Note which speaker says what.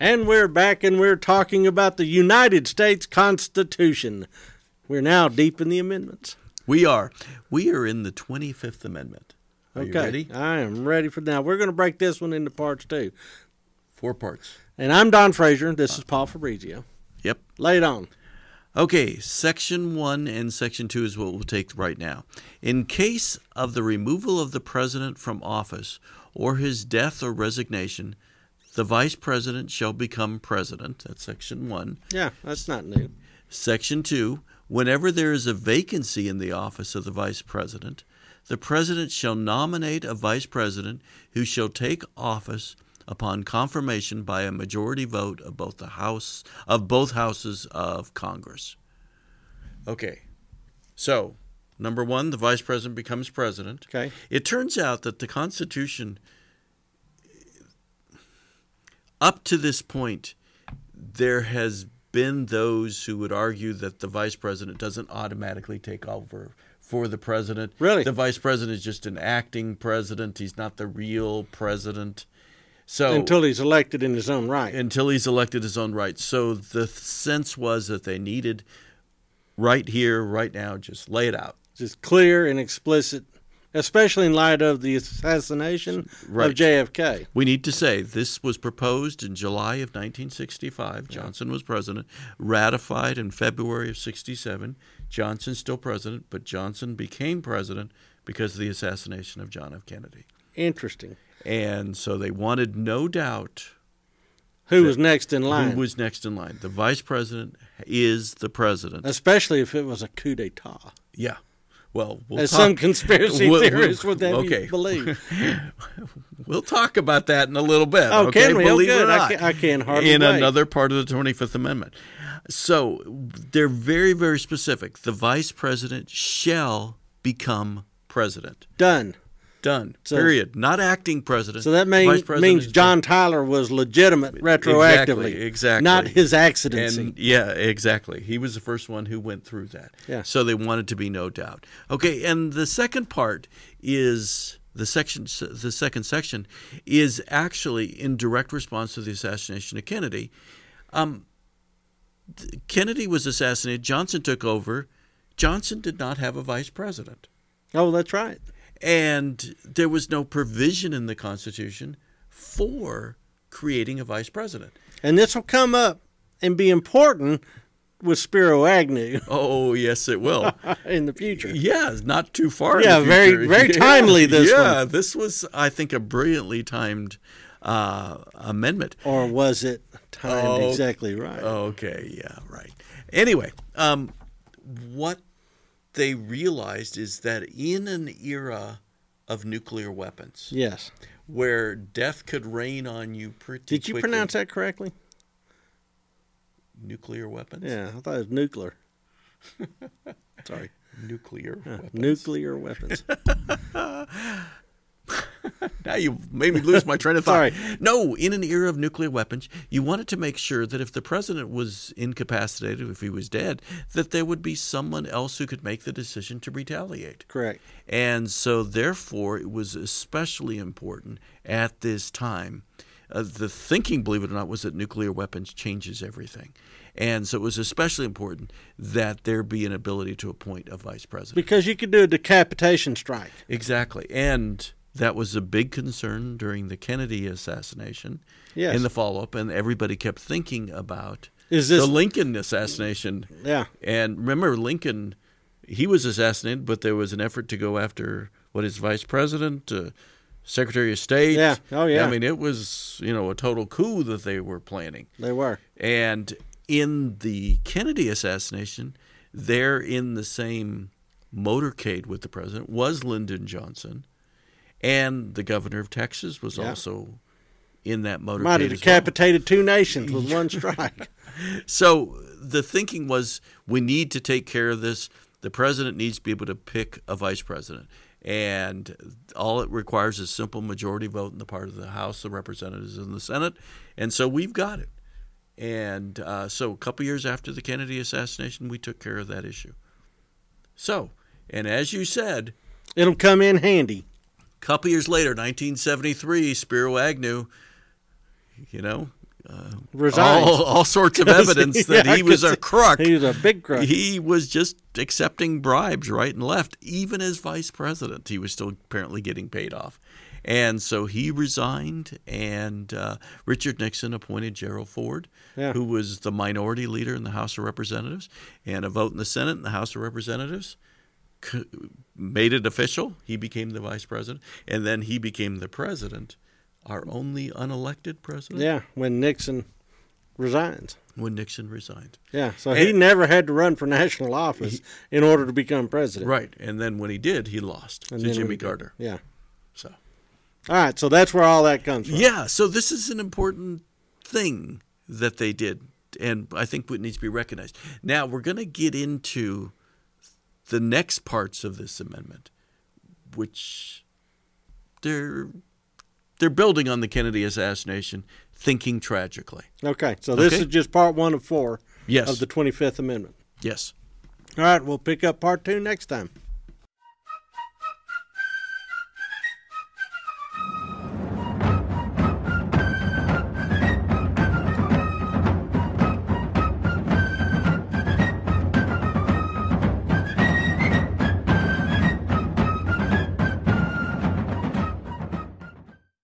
Speaker 1: And we're back and we're talking about the United States Constitution. We're now deep in the amendments.
Speaker 2: We are. We are in the 25th Amendment. Are you
Speaker 1: okay.
Speaker 2: ready?
Speaker 1: I am ready for now. We're going to break this one into parts too.
Speaker 2: Four parts.
Speaker 1: And I'm Don Frazier. This is Paul Fabrizio.
Speaker 2: Yep.
Speaker 1: Lay it on.
Speaker 2: Okay, Section 1 and Section 2 is what we'll take right now. In case of the removal of the President from office or his death or resignation, the Vice President shall become President. That's Section 1.
Speaker 1: Yeah, that's not new.
Speaker 2: Section 2 Whenever there is a vacancy in the office of the Vice President, the President shall nominate a Vice President who shall take office upon confirmation by a majority vote of both the House of both houses of Congress. Okay. So, number 1, the Vice President becomes President.
Speaker 1: Okay.
Speaker 2: It turns out that the Constitution up to this point there has been those who would argue that the vice president doesn't automatically take over for the president.
Speaker 1: Really?
Speaker 2: The vice president is just an acting president. He's not the real president. So
Speaker 1: Until he's elected in his own right.
Speaker 2: until he's elected his own right. So the sense was that they needed right here, right now, just lay it out.
Speaker 1: It's clear and explicit, especially in light of the assassination
Speaker 2: Right.
Speaker 1: of JFK.
Speaker 2: We need to say this was proposed in July of 1965. Johnson was president, ratified in February of 67. Johnson still president, but Johnson became president because of the assassination of John F. Kennedy.
Speaker 1: Interesting.
Speaker 2: And so they wanted no doubt
Speaker 1: Who was next in line?
Speaker 2: who was next in line. The vice president is the
Speaker 1: Uh,
Speaker 2: president.
Speaker 1: especially if it was a coup d'etat.
Speaker 2: yeah. Well, we'll
Speaker 1: As
Speaker 2: talk-
Speaker 1: some conspiracy
Speaker 2: we'll- we'll-
Speaker 1: theorists would have you believe.
Speaker 2: We'll talk about that in a little bit.
Speaker 1: Oh,
Speaker 2: okay,
Speaker 1: can we? Oh,
Speaker 2: believe it or
Speaker 1: good. I
Speaker 2: not,
Speaker 1: ca- I can hardly
Speaker 2: in
Speaker 1: wait.
Speaker 2: another part of the Twenty Fifth Amendment. So they're very, very specific. The vice president shall become president.
Speaker 1: Done.
Speaker 2: Done.
Speaker 1: So-
Speaker 2: period. Not acting president.
Speaker 1: So that
Speaker 2: Vice
Speaker 1: mean,
Speaker 2: president
Speaker 1: means
Speaker 2: is-
Speaker 1: John Tyler was legitimate retroactively.
Speaker 2: Exactly, exactly.
Speaker 1: Not his accidency.
Speaker 2: And yeah, exactly. He was the first one who went through that.
Speaker 1: Yeah.
Speaker 2: So they wanted to be no doubt. Okay, and the second part is the section the second section is actually in direct response to the assassination of Kennedy. Um, th- Kennedy was assassinated, Johnson took over. Johnson did not have a vice president.
Speaker 1: oh, that's right.
Speaker 2: And there was no provision in the Constitution for creating a vice president.
Speaker 1: And this will come up and be important with Spiro Agnew
Speaker 2: Oh yes, it will.
Speaker 1: in the future.
Speaker 2: yeah, it's not too far. in
Speaker 1: Yeah,
Speaker 2: the
Speaker 1: very-
Speaker 2: future.
Speaker 1: very
Speaker 2: Yeah,
Speaker 1: timely, this
Speaker 2: yeah, this was, I think, a brilliantly timed uh, amendment.
Speaker 1: Or was it timed
Speaker 2: Oh.
Speaker 1: exactly right?
Speaker 2: Okay, yeah, right. Anyway, um, what they realized is that in an era of nuclear weapons,
Speaker 1: Yes.
Speaker 2: where death could rain on you pretty.
Speaker 1: Did you
Speaker 2: quickly-
Speaker 1: pronounce that correctly?
Speaker 2: nuclear weapons?
Speaker 1: Yeah, I thought it was nuclear. Sorry.
Speaker 2: nuclear. weapons.
Speaker 1: Nuclear weapons.
Speaker 2: Now you made me lose my train of thought.
Speaker 1: Sorry.
Speaker 2: No, in an era of nuclear weapons, you wanted to make sure that if the president was incapacitated, if he was dead, that there would be someone else who could make the decision to retaliate.
Speaker 1: Correct.
Speaker 2: And so, therefore, it was especially important at this time. Uh, the thinking, believe it or not, was that nuclear weapons changes everything. And so it was especially important that there be an ability to appoint a vice president.
Speaker 1: Because you could do a decapitation strike.
Speaker 2: Exactly. And that was a big concern during the Kennedy assassination
Speaker 1: Yes.
Speaker 2: in the follow up. And everybody kept thinking about
Speaker 1: Is this-
Speaker 2: the Lincoln assassination.
Speaker 1: Yeah.
Speaker 2: And remember, Lincoln, he was assassinated, but there was an effort to go after what his vice president, uh, Secretary of State.
Speaker 1: Yeah. Oh, yeah.
Speaker 2: I mean, it was, you know, a total coup that they were planning.
Speaker 1: They were.
Speaker 2: And in the Kennedy assassination, there in the same motorcade with the president was Lyndon Johnson, and the governor of Texas was
Speaker 1: Yeah.
Speaker 2: also in that motorcade.
Speaker 1: Might have
Speaker 2: as well.
Speaker 1: decapitated two nations with one strike.
Speaker 2: So the thinking was we need to take care of this. The president needs to be able to pick a vice president. And all it requires is simple majority vote on the part of the House, the representatives, and the Senate. And so we've got it. And uh, so a couple years after the Kennedy assassination, we took care of that issue. So, and as you said,
Speaker 1: It'll come in handy.
Speaker 2: couple years later, 1973, Spiro Agnew, you know,
Speaker 1: Resigns.
Speaker 2: all, all sorts of evidence that
Speaker 1: Yeah, I
Speaker 2: he was
Speaker 1: could
Speaker 2: a crook.
Speaker 1: He was a big crook.
Speaker 2: He was just accepting bribes right and left. Even as vice president, he was still apparently getting paid off. And so he resigned, and uh, Richard Nixon appointed Gerald Ford,
Speaker 1: Yeah.
Speaker 2: who was the minority leader in the House of Representatives, and a vote in the Senate and the House of Representatives c- made it official. He became the vice president, and then he became the president, our only unelected president,
Speaker 1: yeah, when Nixon resigns.
Speaker 2: when Nixon resigned.
Speaker 1: Yeah, so he
Speaker 2: And-
Speaker 1: never had to run for national office in order to become president.
Speaker 2: Right, and then when he did, he lost
Speaker 1: And
Speaker 2: to
Speaker 1: then
Speaker 2: Jimmy
Speaker 1: we-
Speaker 2: Carter.
Speaker 1: Yeah.
Speaker 2: So
Speaker 1: All right, so that's where all that comes from.
Speaker 2: yeah, so this is an important thing that they did, and I think it needs to be recognized. Now we're going to get into the next parts of this amendment, which they're they're building on the Kennedy assassination, thinking tragically.
Speaker 1: Okay, so this
Speaker 2: Okay.
Speaker 1: is just part one of four
Speaker 2: Yes,
Speaker 1: of the 25th Amendment.
Speaker 2: yes.
Speaker 1: All right, we'll pick up part two next time.